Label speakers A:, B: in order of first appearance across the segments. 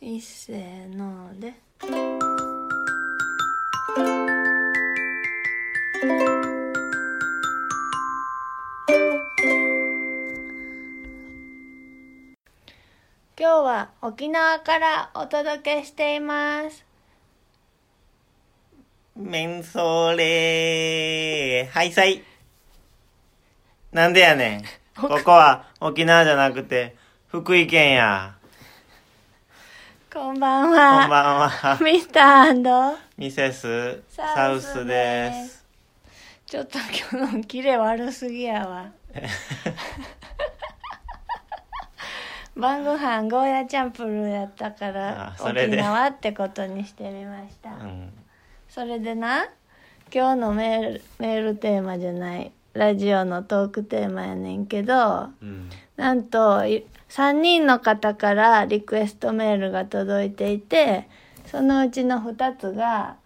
A: いっせーので今日は沖縄からお届けしています
B: メンソーレー。はい、さい。なんで やねん。ここは沖縄じゃなくて、福井県や。
A: こんばん
B: こん
A: は
B: ば んは。
A: ミスター
B: ミセス、
A: サ
B: サ
A: ウ
B: ウ
A: スで
B: スですす。
A: ちょっと今日のキレ悪すぎや わ晩ご飯ゴーヤチャンプルーやったから
B: あそれ
A: 沖
B: で
A: 縄ってことにしてみました
B: うん。
A: それでな今日のメールメールテーマじゃないラジオのトークテーマやねんけど
B: うん。
A: なんと3人の方からリクエストメールが届いていてそのうちの2つが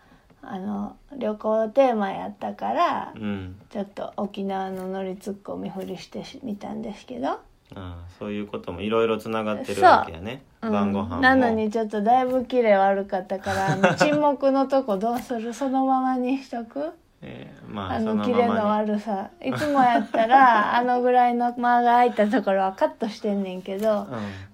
A: あの旅行テーマやったから
B: うん。
A: ちょっと沖縄のノリツッコミ振りしてみたんですけど、
B: ああそういうこともいろいろつながってるわけやね。
A: うん
B: 晩ご飯も。
A: なのにちょっとだいぶキレ悪かったからあ の沈黙のとこどうするそのままにしとく
B: えーまあ、
A: あ
B: その
A: の
B: ま
A: キレの
B: まに。
A: 悪さいつもやった らあのぐらいの間が空いたところはカットしてんねんけど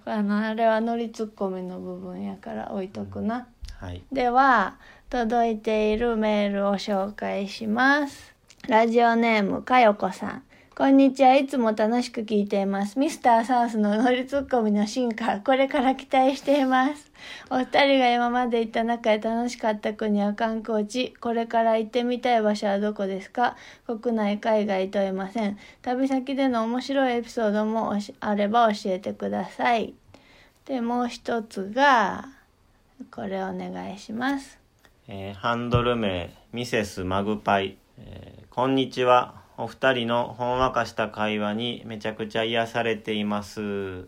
B: うん。
A: あのあれはノリツッコミの部分やから置いとくな、
B: はい。
A: では届いているメールを紹介しますラジオネームかよこさんこんにちはいつも楽しく聞いていますミスターサウスのノリツッコミの進化これから期待していますお二人が今まで行った中で楽しかった国や観光地これから行ってみたい場所はどこですか国内海外問いません旅先での面白いエピソードもおしあれば教えてくださいでもう一つがこれお願いします
B: えーハンドル名ミセスマグパイ、えーこんにちはお二人のほんわかした会話にめちゃくちゃ癒されています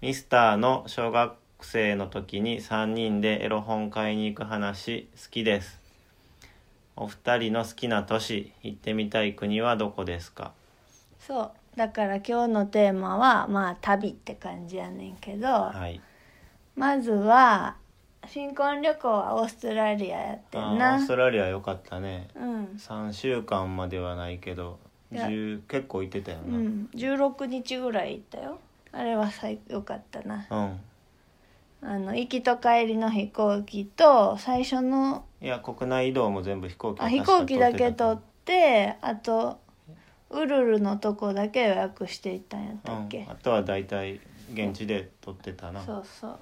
B: ミスターの小学生の時に3人でエロ本買いに行く話好きですお二人の好きな都市行ってみたい国はどこですか
A: そうだから今日のテーマはまあ旅って感じやねんけど、
B: はい
A: まずは新婚旅行はオーストラリアやってん
B: あーオー
A: な
B: ストラリア良かったね
A: うん、
B: 3週間まではないけど
A: いや
B: 10結構行ってたよ
A: う
B: な、
A: ん、16日ぐらい行ったよあれは最良かったな
B: うん、
A: あの行きと帰りの飛行機と最初の
B: いや国内移動も全部飛行機
A: あ飛行機だけ
B: と
A: 取ってあとウルルのとこだけ予約していったんやったっけ、
B: うん、あとは大体現地で撮ってたな、
A: そうそう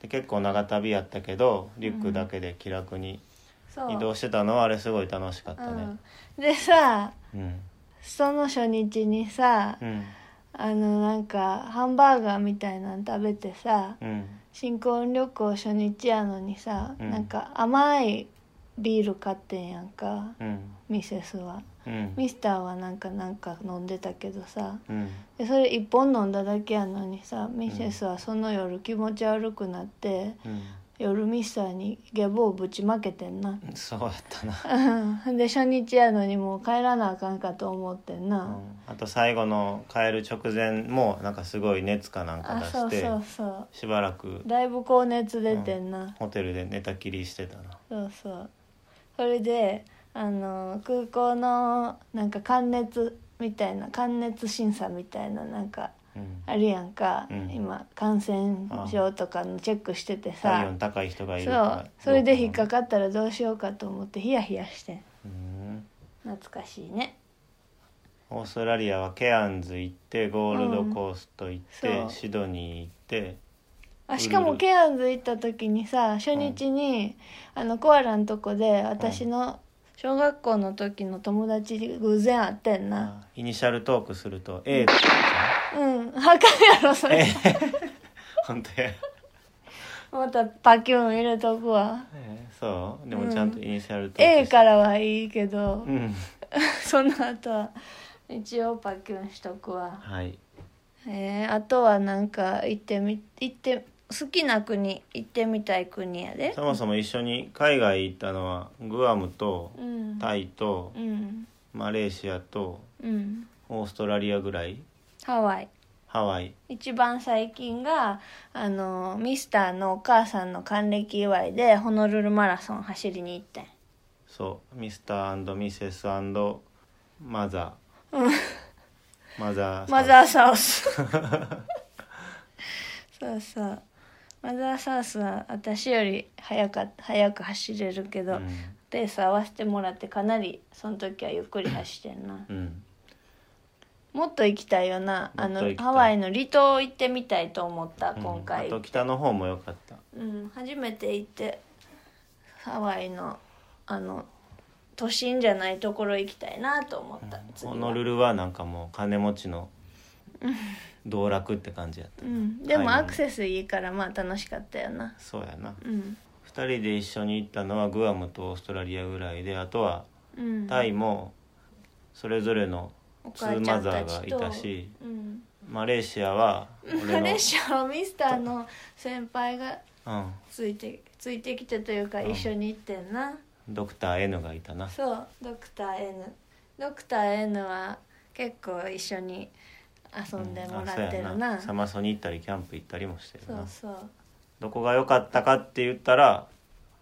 B: で結構長旅やったけどリュックだけで気楽に
A: そう
B: 移動してたのはあれすごい楽しかったね
A: うん、でさ
B: うん
A: その初日にさ、
B: うん
A: あのなんかハンバーガーみたいなの食べてさ
B: うん
A: 新婚旅行初日やのにさ、
B: うん
A: なんか甘いビール買ってんやんか
B: うん
A: ミセスは
B: うん
A: ミスターはなんかなんか飲んでたけどさ
B: うん
A: でそれ一本飲んだだけやのにさミセスはその夜気持ち悪くなって
B: う
A: 夜ミスターにゲボをぶちまけてんな。
B: んそうやったな、
A: うんで初日やのにもう帰らなあかんかと思ってん
B: う
A: な、
B: ん、あと最後の帰る直前もなんかすごい熱かなんか
A: あ
B: 出
A: そ
B: し
A: う
B: て
A: そうそ
B: しばらく
A: うだいぶ高熱出てんな、
B: ホテルで寝たきりしてたな
A: そうそうそれであの空港のなんか寒熱みたいな寒熱審査みたいななんか
B: うん
A: あるやんか、
B: うん
A: 今感染症とかのチェックしてて
B: 体
A: さ
B: 温高い人がいる
A: そ
B: から
A: うそれで引っかかったらどうしようかと思ってヒヤヒヤしてん
B: うん
A: 懐かしいね
B: オーストラリアはケアンズ行ってゴールドコースト行って、
A: うんそう
B: シドニー行って
A: あしかもケアンズ行った時にさ初日に、あのコアラのとこで私の小学校の時の友達に偶然会ってんな
B: あイニシャルトークすると A って
A: うんあかんやろそれ
B: 本当や、
A: またパキュン入れとくわ
B: えーそうでもちゃんとイニシャルトーク
A: A
B: して
A: からはいいけど、
B: うん
A: その後は一応パキュンしとくわ
B: はい
A: えー、あとはなんか行ってみ行って好きな国行ってみたい国やで
B: そもそも一緒に海外行ったのはグアムと
A: うん
B: タイと
A: うん
B: マレーシアと
A: うん
B: オーストラリアぐらい
A: ハワイ
B: ハワイ
A: 一番最近があのミスターのお母さんの還暦祝いでホノルルマラソン走りに行ってん
B: そうミスターミセスマザー マザー
A: マザーサウスそうそうマザーサウスは私より早か早く走れるけど、
B: うん
A: ペース合わせてもらってかなりその時はゆっくり走ってんな
B: うん
A: もっと行きたいよなあ
B: もっと
A: の
B: 行きたい
A: ハワイの離島行ってみたいと思った今
B: う
A: 回、
B: ん、あと北の方も良かった
A: うん、初めて行ってハワイのあの都心じゃないところ行きたいなと思った、次は
B: ホノルルはなんかもう金持ちの道楽って感じやった、
A: うん、でも
B: 買い物
A: アクセスいいからまあ楽しかったよな
B: そうやな
A: うん
B: 2人で一緒に行ったのはグアムとオーストラリアぐらいであとは
A: うん
B: タイもそれぞれの
A: お
B: ツ
A: 母
B: ー
A: ちゃ
B: マ
A: ん
B: ザ
A: た
B: ー
A: ち
B: がい
A: と
B: たし
A: うん、
B: マレーシアは
A: マ
B: 俺の
A: レーシアはミスターの先輩が
B: うん
A: ついてついてきてというか
B: うん
A: 一緒に行ってんな、
B: ドクター N がいたな
A: そうドクター N ドクター N は結構一緒に遊んでもらってるな,、
B: うんあそうやサマソニ行ったりキャンプ行ったりもしてる
A: そ
B: な
A: うそう
B: どこが良かったかって言ったら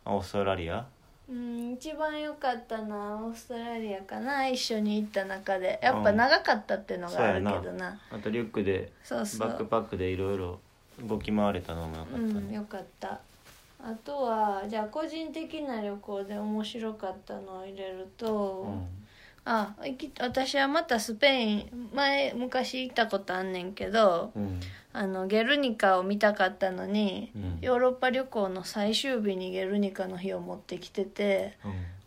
B: オーストラリア
A: うん一番良かったのはオーストラリアかな一緒に行った中でやっぱ長かったっていうのがあるけど
B: そうや
A: な
B: あとリュックで
A: そうそう
B: バックパックでいろいろ動き回れたのも良かった
A: うん
B: ね
A: よかったあとはじゃあ個人的な旅行で面白かったのを入れる
B: う
A: と、
B: ん
A: あ行き私はまたスペイン前昔行ったことあんねんけど
B: うん
A: あのゲルニカを見たかったのに、
B: うん
A: ヨーロッパ旅行の最終日にゲルニカの日を持ってきてて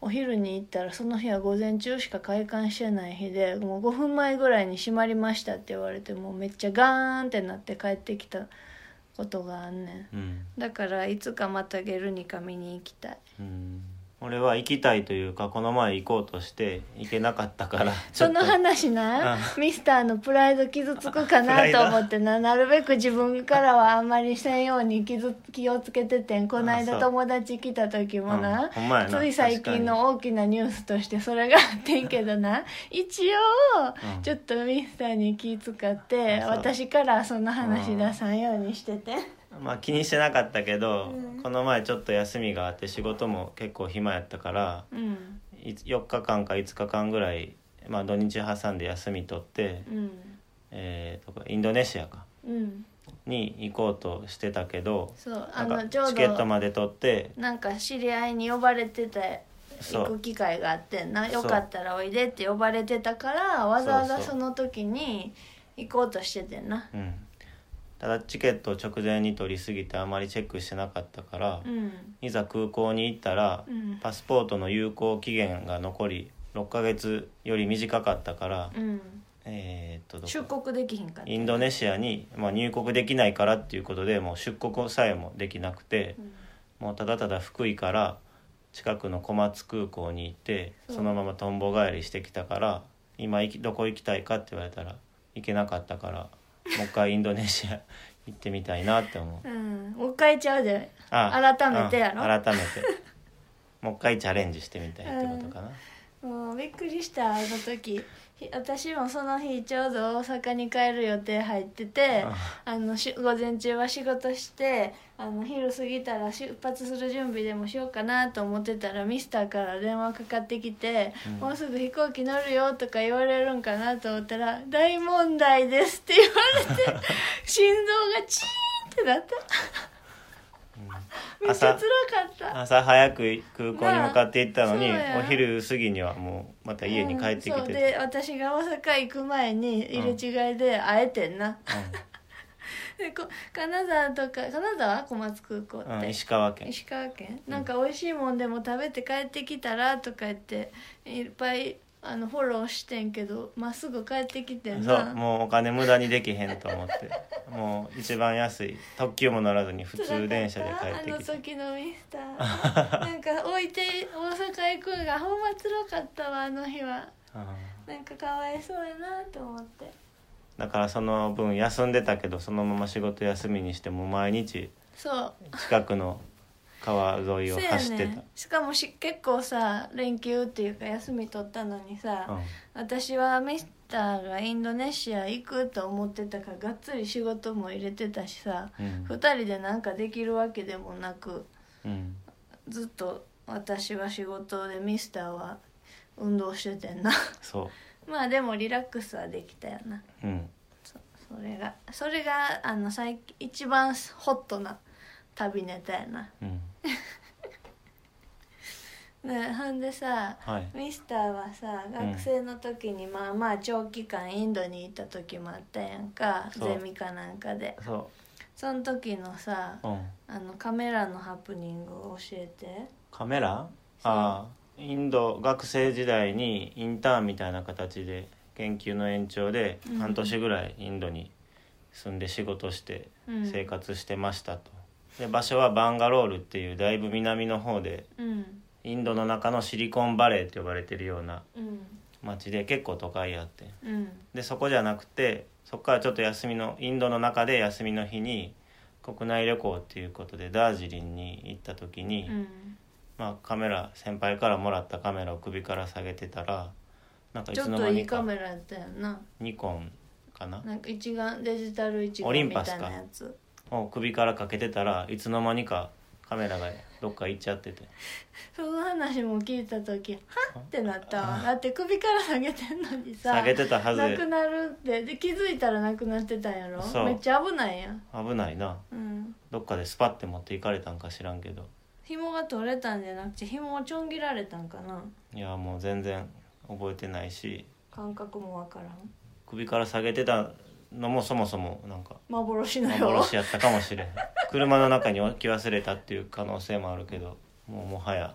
A: お昼に行ったらその日は午前中しか開館してない日でもう5分前ぐらいに閉まりましたって言われてもうめっちゃガーンってなって帰ってきたことがあんねん。
B: うん
A: だからいつかまたゲルニカ見に行きたい
B: うん俺は行きたいというかこの前行こうとして行けなかった からち
A: そ
B: ょっ
A: の
B: と
A: 話なミスターのプライド傷つくか
B: プ
A: な
B: ライド
A: と思ってななるべく自分からはあんまりせんように傷気をつけててんこの
B: あそ
A: 間
B: う
A: 友達来た時もな、
B: うんほんまやな
A: つい最近の大きなニュースとしてそれがあってんけどな一応
B: うん
A: ちょっとミスターに気使って
B: あそう
A: 私からその話出さんようにしてて、
B: まあ気にしてなかったけど、
A: うん
B: この前ちょっと休みがあって仕事も結構暇やったから
A: うん
B: い4日間か5日間ぐらい、まあ、土日挟んで休み取って、
A: うん
B: えーとかインドネシアか
A: うん
B: に行こうとしてたけど
A: そうあ
B: なん
A: の
B: か
A: ちょうど
B: チケットまで取って
A: なんか知り合いに呼ばれてた
B: そ
A: 行く
B: う
A: 機会があってんな
B: そう
A: よかったらおいでって呼ばれてたからわざわざ
B: そうそう
A: その時に行こうとしててんな
B: うん、ただチケットを直前に取りすぎてあまりチェックしてなかったから、
A: うん
B: いざ空港に行ったら、
A: うん
B: パスポートの有効期限が残り6ヶ月より短かったから、
A: うん
B: えーっとどこ
A: 出国できひんかった
B: インドネシアに、まあ、入国できないからっていうことでもう出国さえもできなくて、もうただただ福井から近くの小松空港に行って
A: そう
B: そのままとんぼ返りしてきたから今行きどこ行きたいかって言われたら行けなかったからもう一回インドネシア 行ってみたいなって思う
A: うんもう一回ちゃうで
B: あ
A: 改めてやろ
B: うん改めてもう一回チャレンジしてみたいってことかな、
A: もうびっくりしたあの時ひ私もその日ちょうど大阪に帰る予定入っててあのし午前中は仕事してあの昼過ぎたら出発する準備でもしようかなと思ってたらミスターから電話かかってきて、
B: うん
A: もうすぐ飛行機乗るよ」とか言われるんかなと思ったら「大問題です」って言われて心臓がチーンってなっためっちゃ辛
B: 朝
A: かった。
B: 朝早く空港に向かって行ったのに、
A: なあそうや
B: お昼過ぎにはもうまた家に帰ってきて、
A: うんそうで私が大阪行く前に入れ違いで会えてんな、でこ金沢とか金沢小松空港って、
B: うんうん石川県
A: 石川県なんか美味しいもんでも食べて帰ってきたらとか言っていっぱいあのフォローしてんけどまっすぐ帰ってきてん
B: そ
A: な
B: うもうお金無駄にできへんと思って もう一番安い特急も乗らずに普通電車で帰ってき
A: あの
B: て
A: 時のミスタ ーなんか置いて大阪行くんがほんまつらかったわあの日は
B: うん
A: なんかかわいそうやなと思って
B: だからその分休んでたけどそのまま仕事休みにしても毎日
A: そう
B: 近くの川沿いを
A: そうや
B: 走ってた
A: ねしかもし結構さ連休っていうか休み取ったのにさ、
B: うん
A: 私はミスターがインドネシア行くと思ってたからがっつり仕事も入れてたしさ、
B: うん
A: 二2人でなんかできるわけでもなく
B: うん
A: ずっと私は仕事でミスターは運動しててんな
B: そ
A: まあでもリラックスはできたよな
B: ううん
A: それがそれがあの最近一番ホットな旅ネタやな
B: うん
A: ねほんでさ
B: はい
A: ミスターはさ
B: うん
A: 学生の時にまあまあ長期間インドに行った時もあったやんか
B: そう
A: ゼミかなんかで
B: そ
A: その時のさ
B: ううん
A: あのカメラのハプニングを教えて
B: カメラああインド学生時代にインターンみたいな形で研究の延長で
A: うん
B: 半年ぐらいインドに住んで仕事して
A: うん
B: 生活してましたと、で場所はバンガロールっていうだいぶ南の方で
A: うん
B: インドの中のシリコンバレーって呼ばれてるような
A: うん
B: 町で結構都会やって
A: うん
B: でそこじゃなくてそこからちょっと休みのインドの中で休みの日に国内旅行っていうことでダージリンに行った時に、
A: うん
B: まあ、カメラ先輩からもらったカメラを首から下げてたらなんかい
A: ちょ
B: つ
A: っ
B: の
A: と
B: 間
A: い
B: に
A: いカ
B: か
A: メラやったよな
B: ニコンかな
A: なんか一眼デジタル一
B: オリ
A: 眼
B: ン
A: み
B: パスか
A: たいなやつ
B: を首からかけてたらいつの間にかカメラがどっか行っちゃってて
A: その話も聞いた時はっってなったわだって首から下げてんのにさ
B: 下げてたはず
A: なくなるってで気づいたらなくなってたんやろ
B: そう
A: めっちゃ危ないやん
B: 危ないな
A: うん
B: どっかでスパッて持っていかれたんか知らんけど
A: 紐が取れたんじゃなくて紐をちょん切られたんかない
B: やもう全然覚えてないし
A: 感覚もわからん
B: 首から下げてたのもそもそもなんか
A: 幻のよ
B: 幻やったか もしれん車の中に置き忘れたっていう可能性もあるけどもうもはや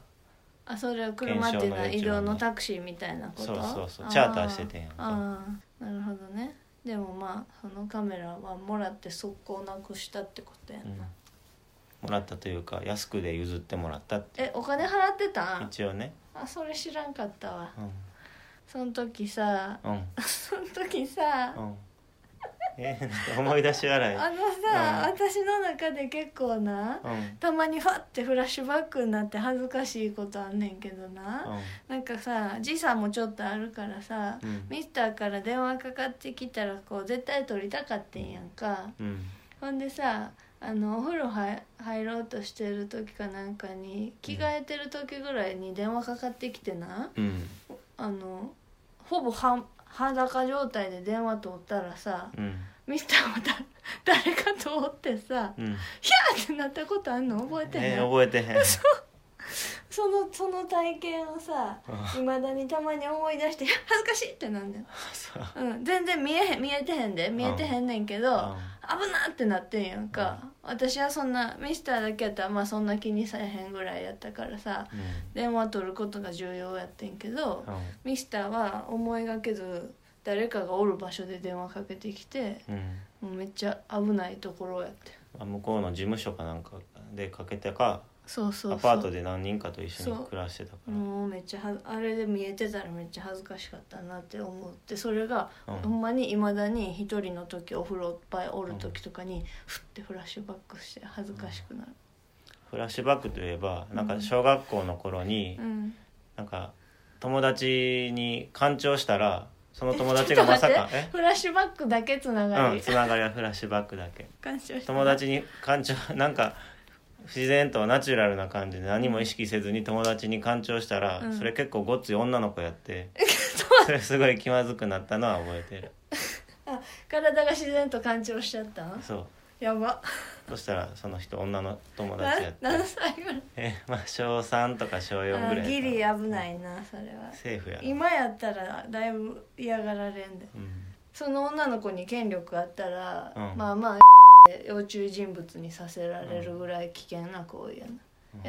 A: あそれは車っていうのは移動のタクシーみたいなこと
B: そうそうそう
A: あ
B: チャーターしててんやんか
A: ああなるほどねでもまあそのカメラはもらって速攻なくしたってことやな、
B: もらったというか安くで譲ってもらったって
A: えお金払ってたん
B: 一応ね
A: あそれ知らんかったわ
B: う
A: その時さ
B: んうん
A: その時さ、
B: うんえなんか思い出し笑い
A: あのさ、
B: うん
A: 私の中で結構な、
B: うん
A: たまにファってフラッシュバックになって恥ずかしいことあんねんけどな、なんかさ時差もちょっとあるからさ、
B: うん
A: ミスターから電話かかってきたらこう絶対取りたかってんやんか、
B: うんうん
A: ほんでさあのお風呂は入ろうとしてる時かなんかに着替えてる時ぐらいに電話かかってきてな、
B: うん
A: あのほぼは裸状態で電話通ったらさ、
B: うん
A: ミスターまた誰かとおってさ
B: うん
A: 「ヒャー!」ってなったことあんの覚えてない、
B: え覚えてへん
A: そのその体験をさいまだにたまに思い出していや 「恥ずかしい!」ってなんだよ、
B: そう
A: うん、全然見えへん見えてへんで見えてへんねんけど、危なってなってんやんか、私はそんなミスターだけやったらまあそんな気にされへんぐらいやったからさ
B: うん
A: 電話取ることが重要やってんけど、
B: う
A: ミスターは思いがけず誰かがおる場所で電話かけてきて
B: んうん
A: もうめっちゃ危ないところやって
B: あ向こうの事務所かなんかでかけてか
A: そうそうそう
B: アパートで何人かと一緒に暮らしてたから
A: もうめっちゃはあれで見えてたらめっちゃ恥ずかしかったなって思ってそれが、
B: うん
A: ほんまにいまだに一人の時お風呂いっぱいおる時とかに、ふってフラッシュバックして恥ずかしくなる。
B: フラッシュバックといえばなんか小学校の頃に
A: うん
B: なんか友達に干潮したらその友達がまさ
A: ちょっ
B: か
A: と待って
B: え
A: フラッシュバックだけつなが
B: うん
A: り、
B: つながりはフラッシュバックだけ
A: 感謝して
B: 友達に干潮 なんか不自然とナチュラルな感じで何も意識せずに友達に干潮したら、
A: うん
B: それ結構ごっつい女の子 やってそれすごい気まずくなったのは覚えてる
A: あ体が自然と感情しちゃったん
B: そう
A: やば
B: そしたらその人女の友
A: な
B: 達やって
A: 何歳ぐらい
B: えまあ小3とか小4ぐらい
A: あギリ危
B: や
A: ないなそれは
B: セーフやな
A: 今やったらだいぶ嫌がられんで
B: うん
A: その女の子に権力あったら、
B: うん
A: まあまあ 要注意人物にさせられるぐらい危険な行為や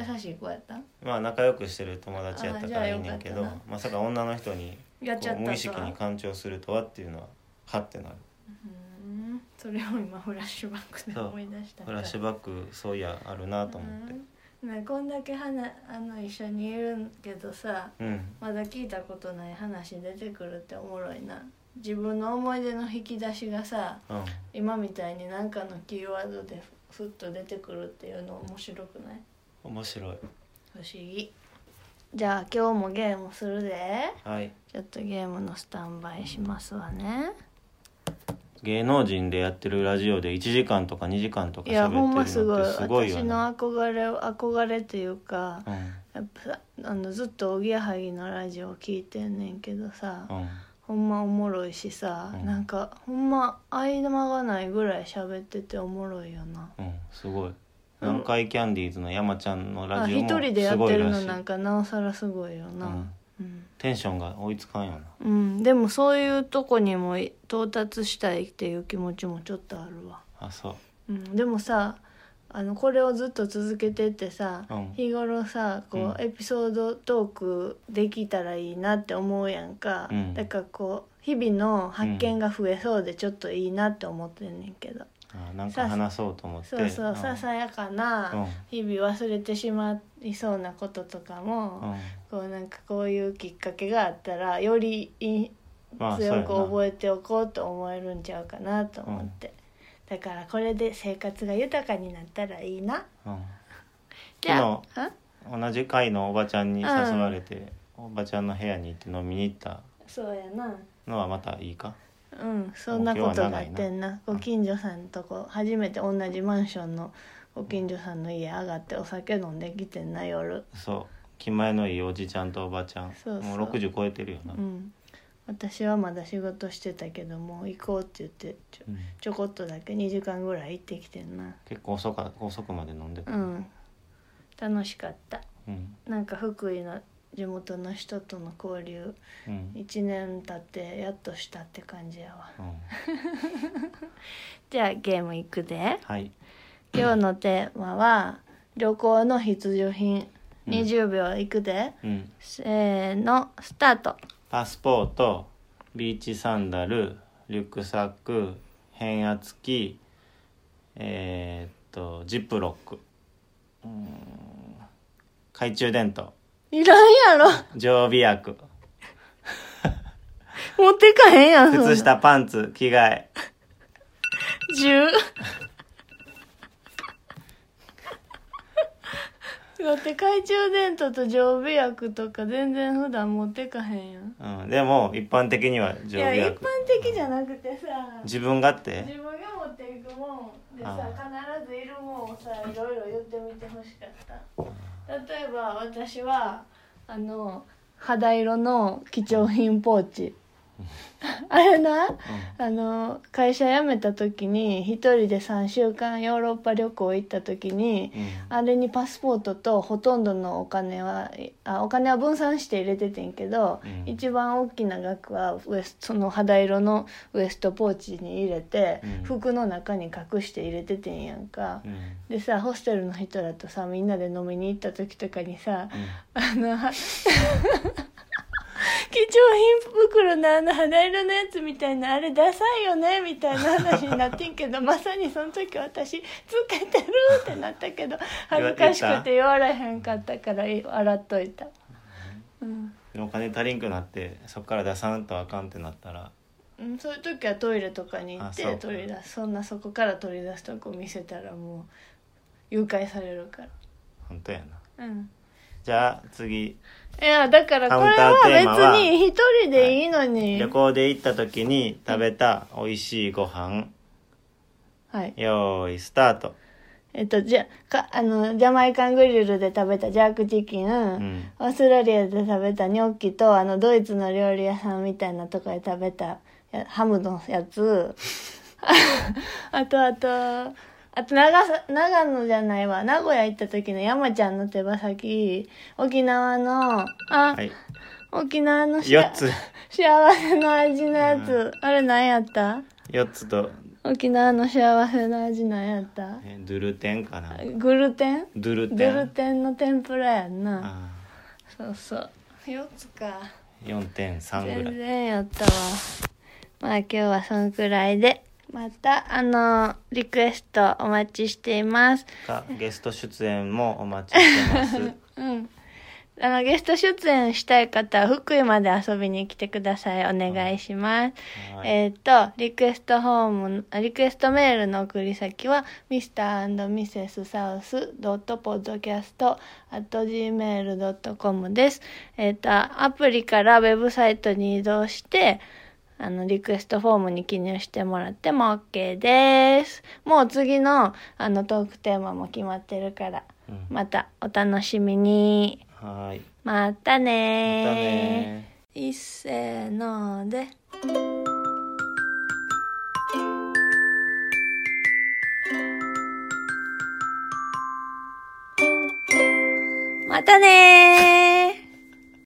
A: な、優しい子やった
B: まあ仲良くしてる友達やったからいいねんけ
A: あ
B: ど
A: じゃあよかった
B: まさか女の人に
A: やっちゃったとは
B: こう無意識に干潮するとはっていうのははってなる
A: うんそれを今フラッシュバックで
B: そう
A: 思い出した
B: フラッシュバックそういやあるなと思って
A: うんねこんだけはなあの一緒にいるけどさ
B: うん
A: まだ聞いたことない話出てくるっておもろいな自分の思い出の引き出しがさ
B: うん
A: 今みたいに何かのキーワードでふふっと出てくるっていうの面白くない
B: 面白い
A: 不思議じゃあ今日もゲームするで
B: はい
A: ちょっとゲームのスタンバイしますわね
B: 芸能人でやってるラジオで1時間とか2時間とか
A: いやほん
B: 喋っ
A: ま
B: て
A: す
B: るの
A: ご
B: っ
A: い
B: てすごいよ
A: 私
B: ね
A: の憧れ憧れというか
B: う
A: やっぱあのずっとおぎやはぎのラジオ聞いてんねんけどさ、
B: んうん
A: ほんまおもろいしさ、
B: うん
A: なんかほんま間がないぐらい喋ってておもろいよな
B: うんすごい南海キャンディーズの山ちゃんのラ
A: あ
B: ジオ
A: 一
B: も
A: 人でや
B: す
A: っ
B: ご
A: て
B: い
A: る
B: ら
A: の
B: しい
A: なんかなおさらすごいよ
B: う、
A: なんうん、
B: テンションが追いつかんよな
A: うん、でもそういうとこにも到達したいっていう気持ちもちょっとあるわ、
B: あそう
A: うん、でもさあのこれをずっと続けてってさ、
B: うん
A: 日頃さこう、
B: うん
A: エピソードトークできたらいいなって思うやんか、
B: うん
A: だからこう日々の発見が増えそうでちょっといいなって思ってんねんけど、
B: あなんか話そうと思って
A: そうそう、
B: ん
A: ささやかな、
B: うん
A: 日々忘れてしまいそうなこととかも、
B: うん
A: こうなんかこういうきっかけがあったらよりい
B: まあ
A: 強く
B: そうやな
A: 覚えておこうと思えるんちゃうかなと思って、だからこれで生活が豊かになったらいいなじゃあ
B: うん、同じ階のおばちゃんに誘われて、おばちゃんの部屋に行って飲みに行った
A: そうやな
B: のはまたいいか
A: うんそんなことがあってんなご近所さんとこ初めて同じマンションのご近所さんの家上がってお酒飲んできてんな夜
B: そう気前のいいおじちゃんとおばちゃん
A: そうそう
B: もう60超えてるよな、
A: うん私はまだ仕事してたけどもう行こうって言ってちょ
B: うん
A: ちょこっとだけ2時間ぐらい行ってきてんな
B: 結構遅か遅くまで飲んでた、
A: うん楽しかった
B: うん
A: なんか福井の地元の人との交流
B: うん
A: 1年経ってやっとしたって感じやわ
B: うん
A: じゃあゲームいくで
B: はい
A: 今日のテーマは旅行の必需品
B: うん
A: 20秒いくで、
B: うん
A: せーのスタート
B: パスポートビーチサンダルリュックサック変圧器えーっとジップロックうーん懐中電灯
A: いらんやろ
B: 常備薬
A: 持ってかへんやんそんな
B: 靴下パンツ着替え
A: 10 だって懐中電灯と常備薬とか全然普段持ってかへんやん
B: うん、でも一般的には
A: い
B: 常
A: や
B: 備
A: 一般
B: 薬
A: 的じゃなくてさ
B: 自分がっ
A: 自
B: て
A: 分が持っていくもんで
B: あ
A: さ必ずいるもんをさいろいろ言ってみてほしかった例えば私はあの肌色の貴重品ポーチあれな、あの会社辞めた時に一人で3週間ヨーロッパ旅行行った時に
B: うん
A: あれにパスポートとほとんどのお金はあお金は分散して入れててんけど、
B: うん
A: 一番大きな額はウエストその肌色のウエストポーチに入れて、
B: うん
A: 服の中に隠して入れててんやんか。
B: うん
A: でさホステルの人らとさみんなで飲みに行った時とかにさ
B: うん
A: あのは貴重品袋のあの肌色のやつみたいなあれダサいよねみたいな話になってんけどまさにその時私つけてるってなったけど恥ずかしく て言われへんかったから洗っといた、うん
B: でお金足りんくなってそっから出さんとあかんってなったら
A: うん、そういう時はトイレとかに行っ
B: あ
A: て
B: そう
A: 取り出すそんなそこから取り出すとこ見せたらもう誘拐されるか
B: 本当やな
A: らうん
B: じゃあ次
A: いやだからこれは
B: カウンターテーマは
A: 別に一人でいいのに
B: 旅行で行った時に食べた美味しいご飯
A: はい
B: よーいスタート
A: えっと、じゃ、か、あの、ジャマイカングリルで食べたジャークチキン、
B: うん
A: オーストラリアで食べたニョッキと、あの、ドイツの料理屋さんみたいなとこで食べたやハムのやつ、あと、あと、あと長さ、長野じゃないわ、名古屋行った時の山ちゃんの手羽先、沖縄の、あ、
B: はい
A: 沖縄のしあ
B: 4つ
A: 幸せの味のやつ、あれ何やった
B: 4つと、
A: 沖縄の幸せの味何やった
B: えドゥルテンかな
A: グルテン
B: ドゥルテ
A: ドゥル
B: ン
A: テンの天ぷらやんな
B: あ
A: そうそう4つか
B: ー4.3ぐら
A: 全
B: い
A: 然やったわまあ今日はそのくらいでまたあのリクエストお待ちしています
B: かゲスト出演もお待ちしてます
A: うんあの、ゲスト出演したい方は、福井まで遊びに来てください。お願いします。
B: はい
A: えっ、と、リクエストホーム、あリクエストメールの送り先は、mr.mrs.south.podcast.gmail.com です。えっ、と、アプリからウェブサイトに移動して、あの、リクエストフォームに記入してもらっても OK です。もう次の、あの、トークテーマも決まってるから、
B: うん
A: またお楽しみに。
B: はい。
A: また
B: また
A: ねー
B: ね
A: いっせーのでまたねー